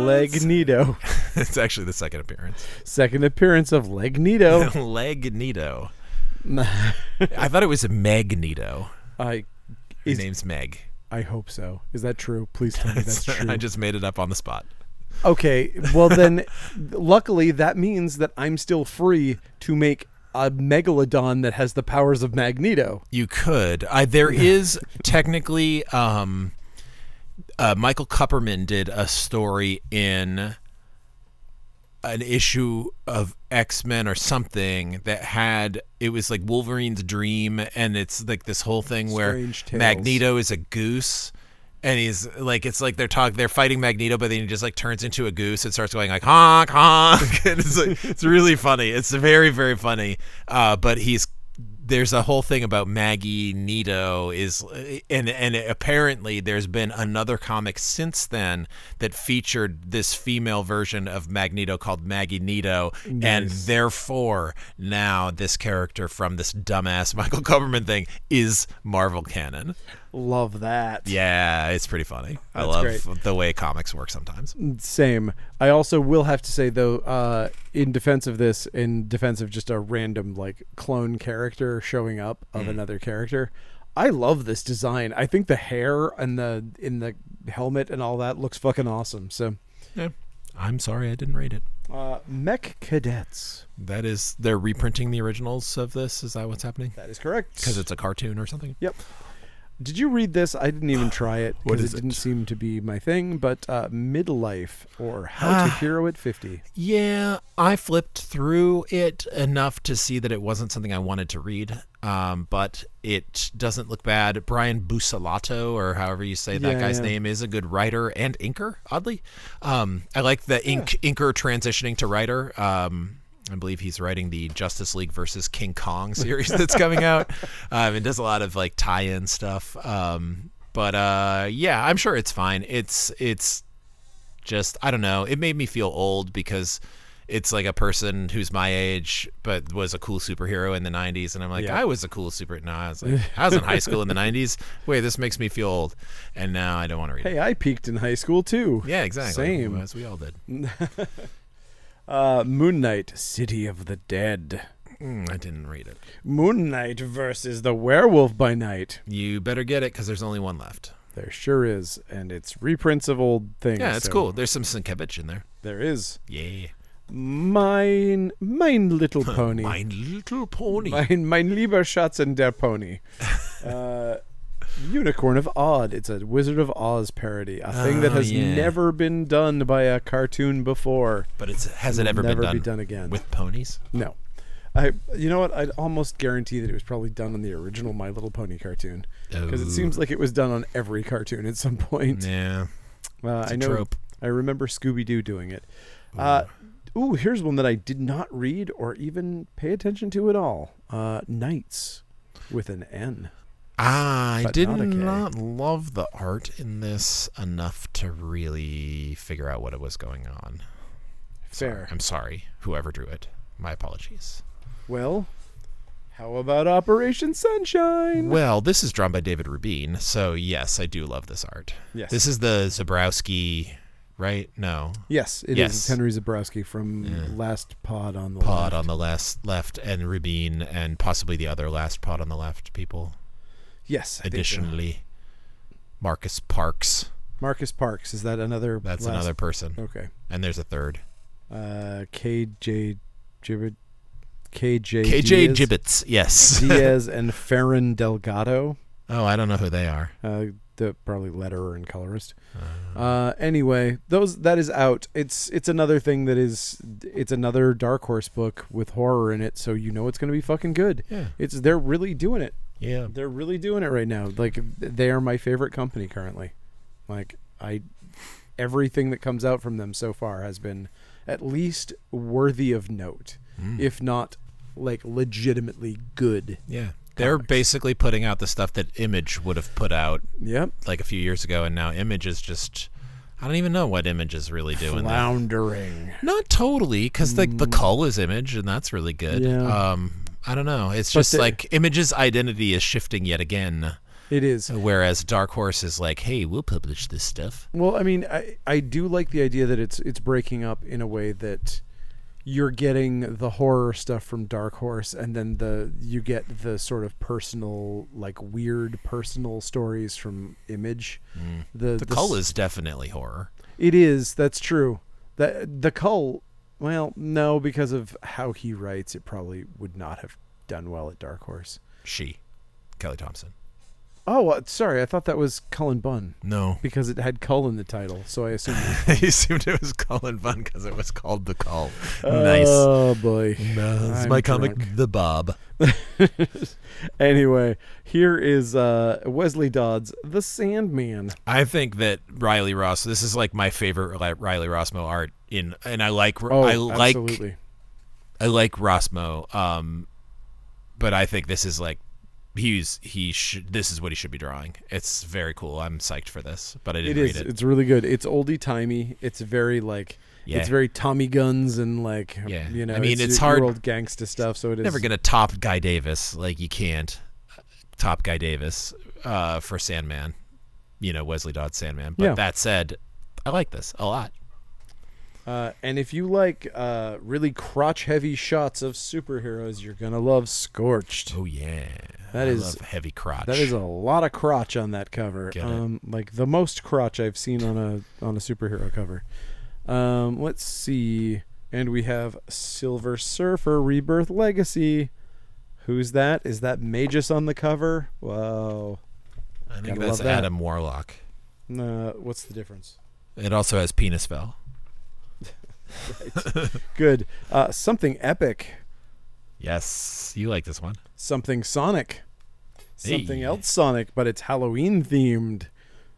it's, Legnito. it's actually the second appearance. Second appearance of Legnito. Legnito. I thought it was Magneto. I Her Is- name's Meg. I hope so. Is that true? Please tell me that's true. I just made it up on the spot. Okay, well then, luckily that means that I'm still free to make a megalodon that has the powers of Magneto. You could. I there is technically um uh, Michael Kupperman did a story in an issue of X-Men or something that had it was like Wolverine's dream and it's like this whole thing where Strange tales. Magneto is a goose and he's like it's like they're talking they're fighting Magneto but then he just like turns into a goose and starts going like honk honk and it's like, it's really funny it's very very funny uh but he's there's a whole thing about Maggie Nito is and and apparently there's been another comic since then that featured this female version of Magneto called Maggie Nito and therefore now this character from this dumbass Michael Coverman thing is Marvel canon. Love that. Yeah, it's pretty funny. I That's love great. the way comics work sometimes. Same. I also will have to say though, uh, in defense of this, in defense of just a random like clone character showing up of another character, I love this design. I think the hair and the in the helmet and all that looks fucking awesome. So, Yeah. I'm sorry I didn't read it. uh, mech cadets. That is they're reprinting the originals of this. Is that what's happening? That is correct. Because it's a cartoon or something. Yep. Did you read this? I didn't even try it What because it is it? didn't seem to be my thing. But uh, midlife or how to hero at fifty. Yeah, I flipped through it enough to see that it wasn't something I wanted to read, um, but it doesn't look bad. Brian Bucelato, or however you say that Yeah, guy's yeah. name, is a good writer and inker. Oddly, um, I like the ink inker transitioning to writer. Um, I believe he's writing the Justice League versus King Kong series that's coming out. Um, it does a lot of like tie-in stuff. Um, but uh, yeah, I'm sure it's fine. It's it's just I don't know. It made me feel old because it's like a person who's my age but was a cool superhero in the 90s and I'm like Yeah. I was a cool super no I was like I was in high school in the 90s wait this makes me feel old and now I don't want to read it Hey, I peaked in high school too. yeah exactly Same. Mm. as we all did Uh, Moon Knight, City of the Dead. Mm, I didn't read it Moon Knight versus the Werewolf by Night. you better get it because there's only one left There sure is, and it's reprints of old things. yeah it's so cool there's some Sienkiewicz in there There is yeah mine, mine little pony, my little pony Mein, mein lieber Schatz and der Pony. Uh, Unicorn of Oz. It's a Wizard of Oz parody, a thing that Oh, has yeah. never been done by a cartoon before. but it's has it will ever never been done be done again. with ponies No. I, you know what? I'd almost guarantee that it was probably done on the original My Little Pony cartoon because Oh. it seems like it was done on every cartoon at some point. yeah Uh, Oh, it's I a know. trope. I Oh, remember Scooby Doo doing it. Uh, ooh, here's one that I did not read or even pay attention to at all. Uh, Knights with an N. Ah, I but did not a K. not love the art in this enough to really figure out what it was going on. Fair. I'm sorry, whoever drew it. My apologies. Well, how about Operation Sunshine? Well, this is drawn by David Rubin, so yes, I do love this art. Yes. This is the Zabrowski, right? No. yes, it is. Yes. It's Henry Zabrowski from last pod on the Pod Left. on the last left and Rubin and possibly the other last pod on the left people. Yes, I think uh, so. Additionally, Marcus Parks. Marcus Parks is that another? That's last- another person, Okay. and there's a third. Uh, KJ Gibbet, KJ KJ Diaz, Gibbets, yes. Diaz and Farron Delgado. oh, I don't know who they are. Uh, the probably letterer and colorist. Uh, anyway, those that is out. It's it's another thing that is it's another dark horse book with horror in it, so you know it's going to be fucking good. Yeah. It's they're really doing it. Yeah. They're really doing it right now. Like they are my favorite company currently. Like I everything that comes out from them so far has been at least worthy of note, if not like legitimately good. Yeah. They're basically putting out the stuff that Image would have put out Yep. like a few years ago, and now Image is just. I don't even know what Image is really doing. now. Floundering. Not totally, because like the cull is Image, and that's really good. Hmm. Yeah. Um, I don't know. It's just the- like Image's identity is shifting yet again, It is. whereas Dark Horse is like, hey, we'll publish this stuff. Well, I mean, I I do like the idea that it's it's breaking up in a way that you're getting the horror stuff from Dark Horse, and then the you get the sort of personal, like weird personal stories from Image. The Mm. The, s- cull is definitely horror. It is. That's true. That the cull. Well, no, because of how he writes, it probably would not have done well at Dark Horse. She, Kelly Thompson. Oh, uh, sorry, I thought that was Cullen Bunn No, because it had cull in the title, so I assumed. he assumed it was Colin Bunn because it was called the Cull. nice. Oh boy. It's I'm my comic, drunk. The Bob. Anyway, here is uh, Wesley Dodds, the Sandman. I think that Riley Ross. This is like my favorite Li- Riley Rossmo art. In and I like Oh, I like absolutely. I like Rossmo, um, but I think this is like he's he should this is what he should be drawing. It's very cool. I'm psyched for this, but I It didn't is. read it. It's really good. It's oldie timey. It's very like. Yeah. It's very Tommy guns and like. Yeah. You know. I mean, your- it's hard- your old gangsta stuff. So it is. Never gonna top Guy Davis. Like you can't uh, top Guy Davis uh, for Sandman. You know Wesley Dodd's Sandman. But Yeah. that said, I like this a lot. Uh, and if you like uh, really crotch heavy shots of superheroes, you're gonna love Scorched. Oh yeah, That I is- love heavy crotch. That is a lot of crotch on that cover. Get it. Um, like the most crotch I've seen on a on a superhero cover. Um, let's see. And we have Silver Surfer Rebirth Legacy. Who's that? Is that Magus on the cover? Whoa. I think gotta that's love that. Adam Warlock. Uh, what's the difference? It also has penis fell. Good. Uh, something epic. Yes, you like this one. Something Sonic. Something Hey. else Sonic, but it's Halloween themed.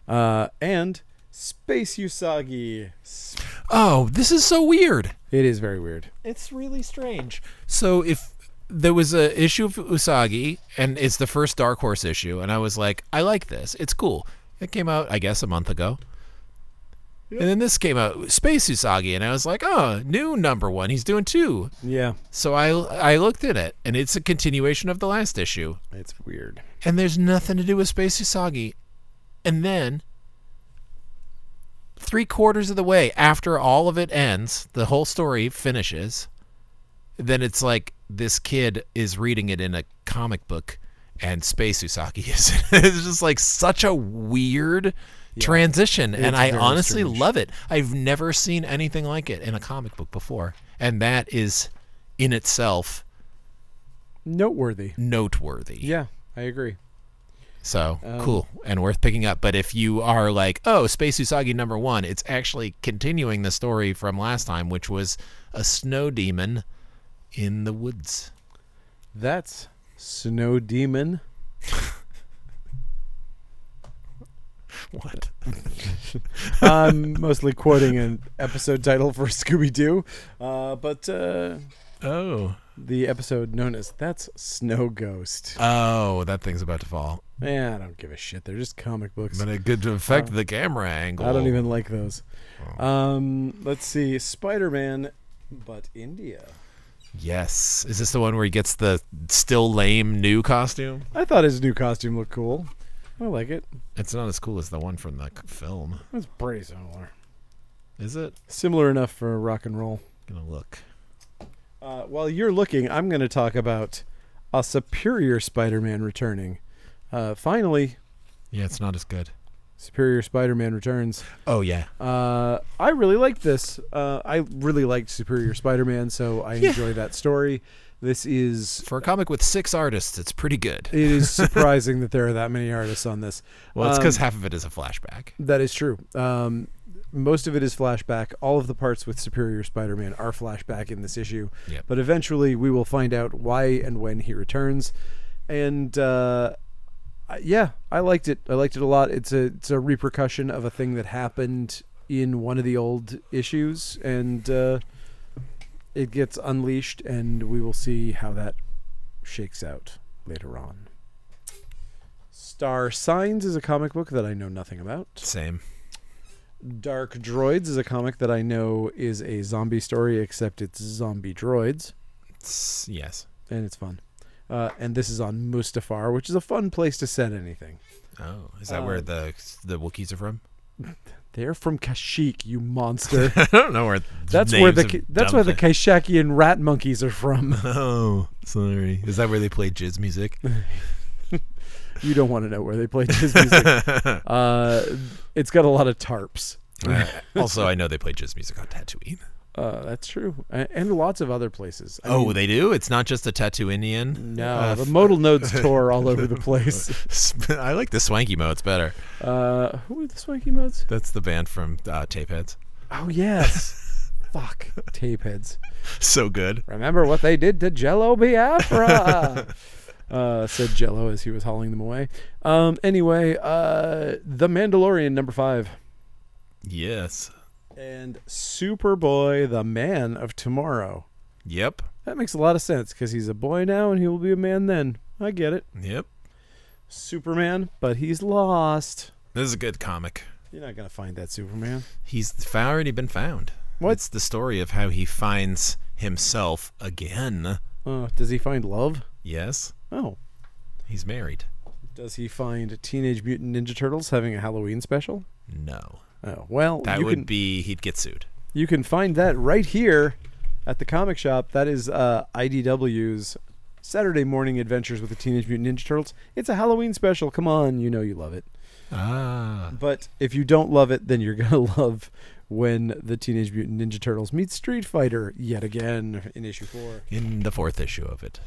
Uh, and Space Usagi. S- Oh, this is so weird. It is very weird. It's really strange. So if there was a issue of Usagi, and it's the first Dark Horse issue, and I was like, I like this. It's cool. It came out, I guess, a month ago. And then this came out, Space Usagi, and I was like, oh, new number one. He's doing two. Yeah. So I I looked at it, and it's a continuation of the last issue, It's weird. and there's nothing to do with Space Usagi. And then, three quarters of the way after all of it ends, the whole story finishes. Then it's like this kid is reading it in a comic book, and Space Usagi is. in it. it's just like such a weird transition, and It's I very honestly strange. love it. I've never seen anything like it in a comic book before, and that is, in itself, Noteworthy. noteworthy. Yeah, I agree. So cool and worth picking up. But if you are like, oh, Space Usagi number one, it's actually continuing the story from last time, which was a snow demon in the woods. That's Snow Demon. What? I'm mostly quoting an episode title for Scooby Doo, uh, but uh, Oh. the episode known as That's Snow Ghost. Oh, that thing's about to fall. Yeah, I don't give a shit. They're just comic books. But it could affect the camera angle. I don't even like those. Um, let's see Spider Man, but India. Yes. Is this the one where he gets the still lame new costume? I thought his new costume looked cool. I like it. It's not as cool as the one from the c- film, It's pretty similar. is it? Similar enough for rock and roll. Gonna look. Uh, while you're looking, I'm going to talk about a superior Spider-Man returning. Uh, finally, Yeah, it's not as good. Superior Spider-Man Returns. Oh yeah. Uh, I really liked this. Uh, I really liked Superior Spider-Man, so I enjoy that story. This is For a comic with six artists, it's pretty good. it is surprising that there are that many artists on this. well, it's Um, because half of it is a flashback. That is true. Um, most of it is flashback. All of the parts with Superior Spider Man are flashback in this issue. Yep. But eventually, we will find out why and when he returns. And uh, I- yeah, I liked it. I liked it a lot. It's a it's a repercussion of a thing that happened in one of the old issues, and uh, it gets unleashed, and we will see how that shakes out later on. Star Signs is a comic book that I know nothing about. Same. Dark Droids is a comic that I know is a zombie story, except it's zombie droids, It's- yes. and it's fun. Uh, and this is on Mustafar, which is a fun place to set anything. Oh, is that where Um, the the Wookiees are from? They're from Kashyyyk, you monster. I don't know where. That's where the Ka- that's where the Kashakian rat monkeys are from. Oh, sorry. Is that where they play jizz music? you don't want to know where they play jizz music. uh, it's got a lot of tarps. Uh, also, I know they play jizz music on Tatooine. Uh, that's true, A- and lots of other places. I oh, mean, they do. It's not just a Tatooinean. no, uh, the modal nodes tour all over the place. I like the swanky modes better. Uh, who are the swanky modes? That's the band from uh, Tapeheads. Oh yes. Fuck tapeheads. So good. Remember what they did to Jello Biafra? uh, said Jello as he was hauling them away. Um, anyway, uh, The Mandalorian number five Yes. and Superboy, the Man of Tomorrow. Yep. That makes a lot of sense because he's a boy now and he will be a man then. I get it. Yep. Superman, but he's lost. This is a good comic. You're not gonna find that Superman. He's f- already been found. What? It's the story of how he finds himself again. Oh, does he find love? Yes. Oh, He's married. does he find Teenage Mutant Ninja Turtles having a Halloween special? No. Oh, well, That you would can be he'd get sued. you can find that right here at the comic shop. That is uh, IDW's Saturday Morning Adventures with the Teenage Mutant Ninja Turtles. It's a Halloween special. Come on, you know you love it. Ah. But if you don't love it, then you're gonna love when the Teenage Mutant Ninja Turtles meet Street Fighter yet again in issue four. In the fourth issue of it.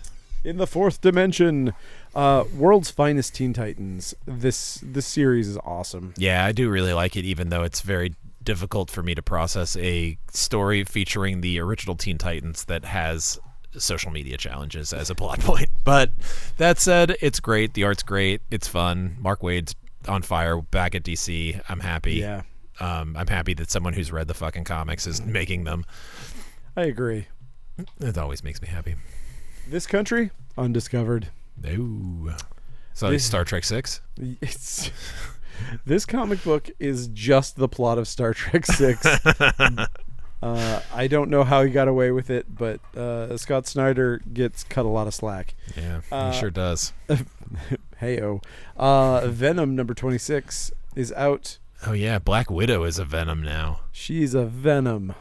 In the fourth dimension, uh, world's finest Teen Titans. This this series is awesome. Yeah, I do really like it, even though it's very difficult for me to process a story featuring the original Teen Titans that has social media challenges as a plot point. But that said, it's great. The art's great. It's fun. Mark Wade's on fire back at DC. I'm happy. Yeah, Um, I'm happy that someone who's read the fucking comics is making them. I agree. It always makes me happy. This country undiscovered. Ooh. So This- Star Trek Six. It's this comic book is just the plot of Star Trek Six. uh, I don't know how he got away with it, but uh, Scott Snyder gets cut a lot of slack. Yeah, Uh, he sure does. Hey oh, uh, Venom number twenty six is out. Oh yeah, Black Widow is a Venom now. She's a Venom.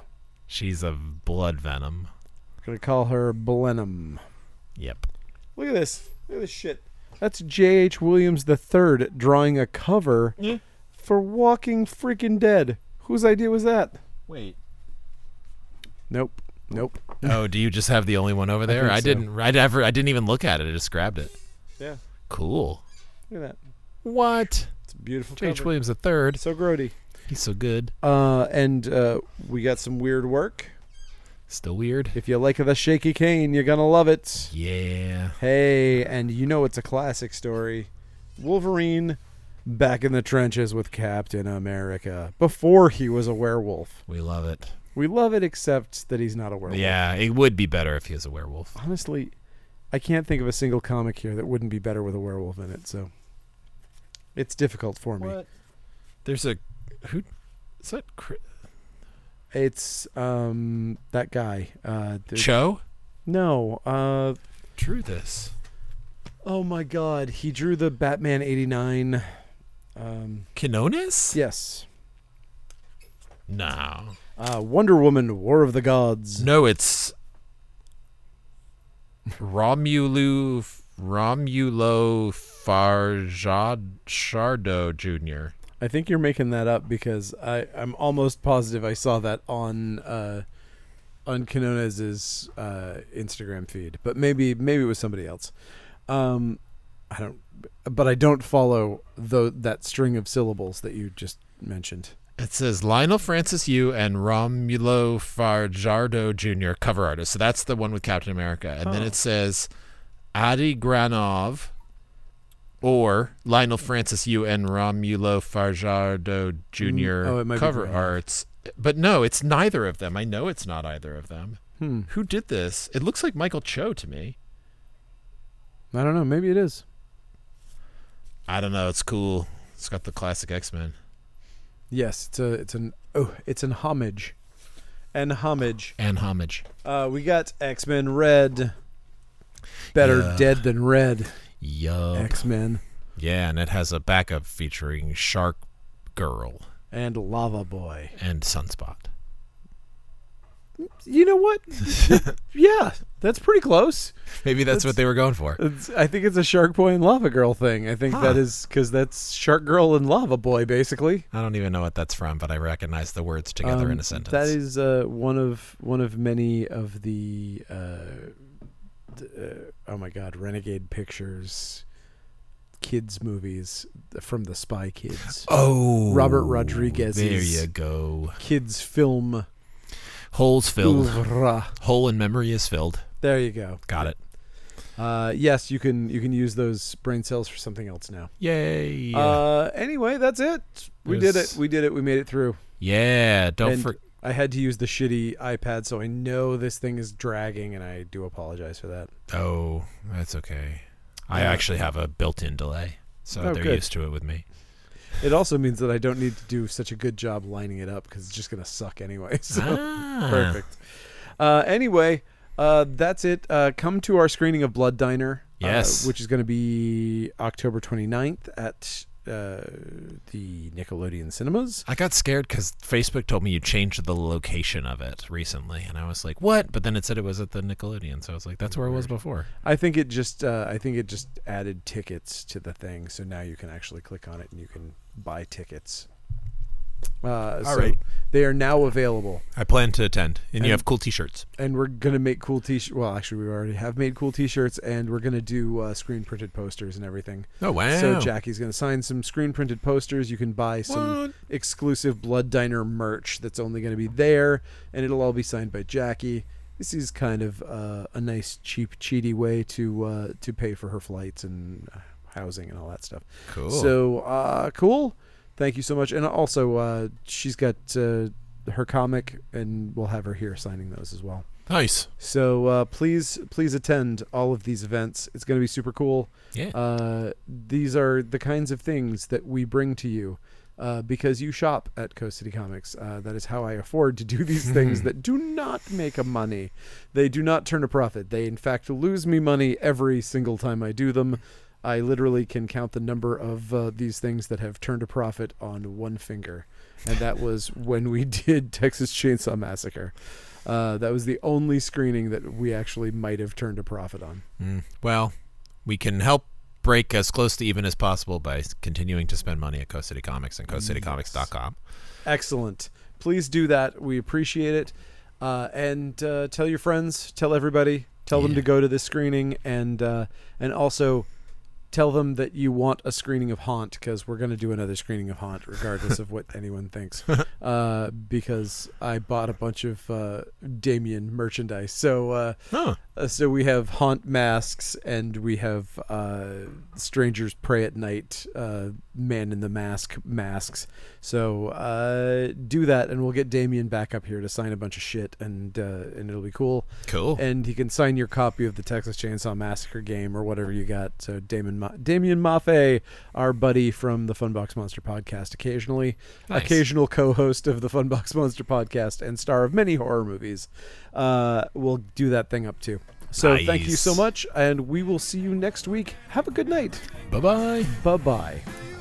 She's a blood Venom. gonna call her Blenheim. Yep. Look at this. Look at this shit. That's J.H. Williams III drawing a cover for Walking Freaking Dead. Whose idea was that? Wait. Nope. Nope. Oh, do you just have the only one over there? think I, so. didn't. I never. I didn't even look at it. I just grabbed it. Yeah. Cool. Look at that. What? It's a beautiful J.H. cover. Williams the third. So grody. He's so good. Uh, and uh, we got some weird work. Still weird. If you like the shaky cane, you're gonna love it. Yeah. Hey, and you know it's a classic story. Wolverine back in the trenches with Captain America before he was a werewolf. We love it. We love it, except that he's not a werewolf. Yeah, it would be better if he was a werewolf. Honestly, I can't think of a single comic here that wouldn't be better with a werewolf in it. So it's difficult for me. There's a who? Is that Chri- It's um that guy. Uh, the- Cho? no. Uh, Drew this. Oh my god, he drew the Batman 89. Um, Canonis? yes. No. Uh, Wonder Woman, War of the Gods. No, it's Romulu Romulo Farjad Shardo Jr. I think you're making that up because I, I'm almost positive I saw that on uh, on Canonez's uh, Instagram feed, but maybe maybe it was somebody else. Um, I don't, but I don't follow the, that string of syllables that you just mentioned. It says Lionel Francis Yu and Romulo Fajardo Jr. cover artist. So that's the one with Captain America. And then Oh. it says Adi Granov or Lionel Francis Yu and Romulo Fajardo Jr. oh, it might be cover Granov. arts. But no, it's neither of them. I know it's not either of them. Hmm. Who did this? It looks like Michael Cho to me. I don't know. Maybe it is. I don't know. It's cool. It's got the classic X Men. Yes, it's a it's an oh it's an homage, an homage. And homage. Uh, we got X Men Red. Better Yeah. dead than red. Yup. X Men Yeah, and it has a backup featuring Shark Girl and Lava Boy. and Sunspot. You know what? yeah, that's pretty close. Maybe that's, what they were going for. It's, I think it's a Shark Boy and Lava Girl thing. I think Huh. that is because that's Shark Girl and Lava Boy basically. I don't even know what that's from, but I recognize the words together Um, in a sentence. That is uh, one of one of many of the uh, d- uh, oh my god, Renegade Pictures kids movies from the Spy Kids. oh, Robert Rodriguez's- There you go. Kids film. Holes filled. Oeuvre. Hole in memory is filled. There you go. Got it. Uh, yes, you can you can use those brain cells for something else now. Yay. Uh, anyway, that's it. We did it. There's- We did it. We made it through. yeah. Don't and- for. I had to use the shitty iPad, so I know this thing is dragging, and I do apologize for that. Oh, that's okay. I Yeah. actually have a built-in delay, so Oh, they're good. used to it with me. It also means that I don't need to do such a good job lining it up because it's just gonna suck anyway. So Ah. perfect. Uh, anyway, uh, that's it. Uh, come to our screening of Blood Diner. uh, Yes. which is going to be October 29th at uh, the Nickelodeon Cinemas. I got scared because Facebook told me you changed the location of it recently, and I was like, "What?" But then it said it was at the Nickelodeon, so I was like, "That's where it was before." I think it just uh, I think it just added tickets to the thing, so now you can actually click on it and you can buy tickets. Uh, so right. They are now available, I plan to attend, and, And- you have cool T-shirts. and we're gonna make cool t-shirts. Well, actually, we already have made cool t-shirts, and we're gonna do uh, screen printed posters and everything. Oh wow! So Jackie's gonna sign some screen printed posters. You can buy some What? exclusive Blood Diner merch that's only gonna be there, and it'll all be signed by Jackie. This is kind of uh, a nice, cheap, cheaty way to uh, to pay for her flights and uh, housing and all that stuff. cool. So uh, cool. Thank you so much. And also, uh, she's got uh, her comic, and we'll have her here signing those as well. nice. So uh, please, please attend all of these events. It's going to be super cool. Yeah. Uh, these are the kinds of things that we bring to you uh, because you shop at Coast City Comics. Uh, that is how I afford to do these things that do not make a money. They do not turn a profit. They, in fact, lose me money every single time I do them. I literally can count the number of uh, these things that have turned a profit on one finger. And that was when we did Texas Chainsaw Massacre. Uh, that was the only screening that we actually might have turned a profit on. Mm, well, we can help break as close to even as possible by s- continuing to spend money at Coast City Comics and CoastCityComics.com. Excellent. Please do that. We appreciate it. Uh, and uh, tell your friends, tell everybody, tell them Yeah. to go to this screening, and uh, and also tell them that you want a screening of Haunt because we're going to do another screening of Haunt, regardless of what anyone thinks. Uh, because I bought a bunch of uh, Damien merchandise, so uh, Huh. uh, so we have Haunt masks, and we have uh, Strangers Pray at Night, uh, Man in the Mask masks. So uh, do that, and we'll get Damien back up here to sign a bunch of shit, and uh, and it'll be cool. Cool. And he can sign your copy of the Texas Chainsaw Massacre game or whatever you got. So Damon Ma- Damien Maffei, our buddy from the Funbox Monster podcast, occasionally Nice. occasional co-host of the Funbox Monster podcast and star of many horror movies, uh, will do that thing up too. So thank you Nice. so much, and we will see you next week. Have a good night. bye bye. Bye bye.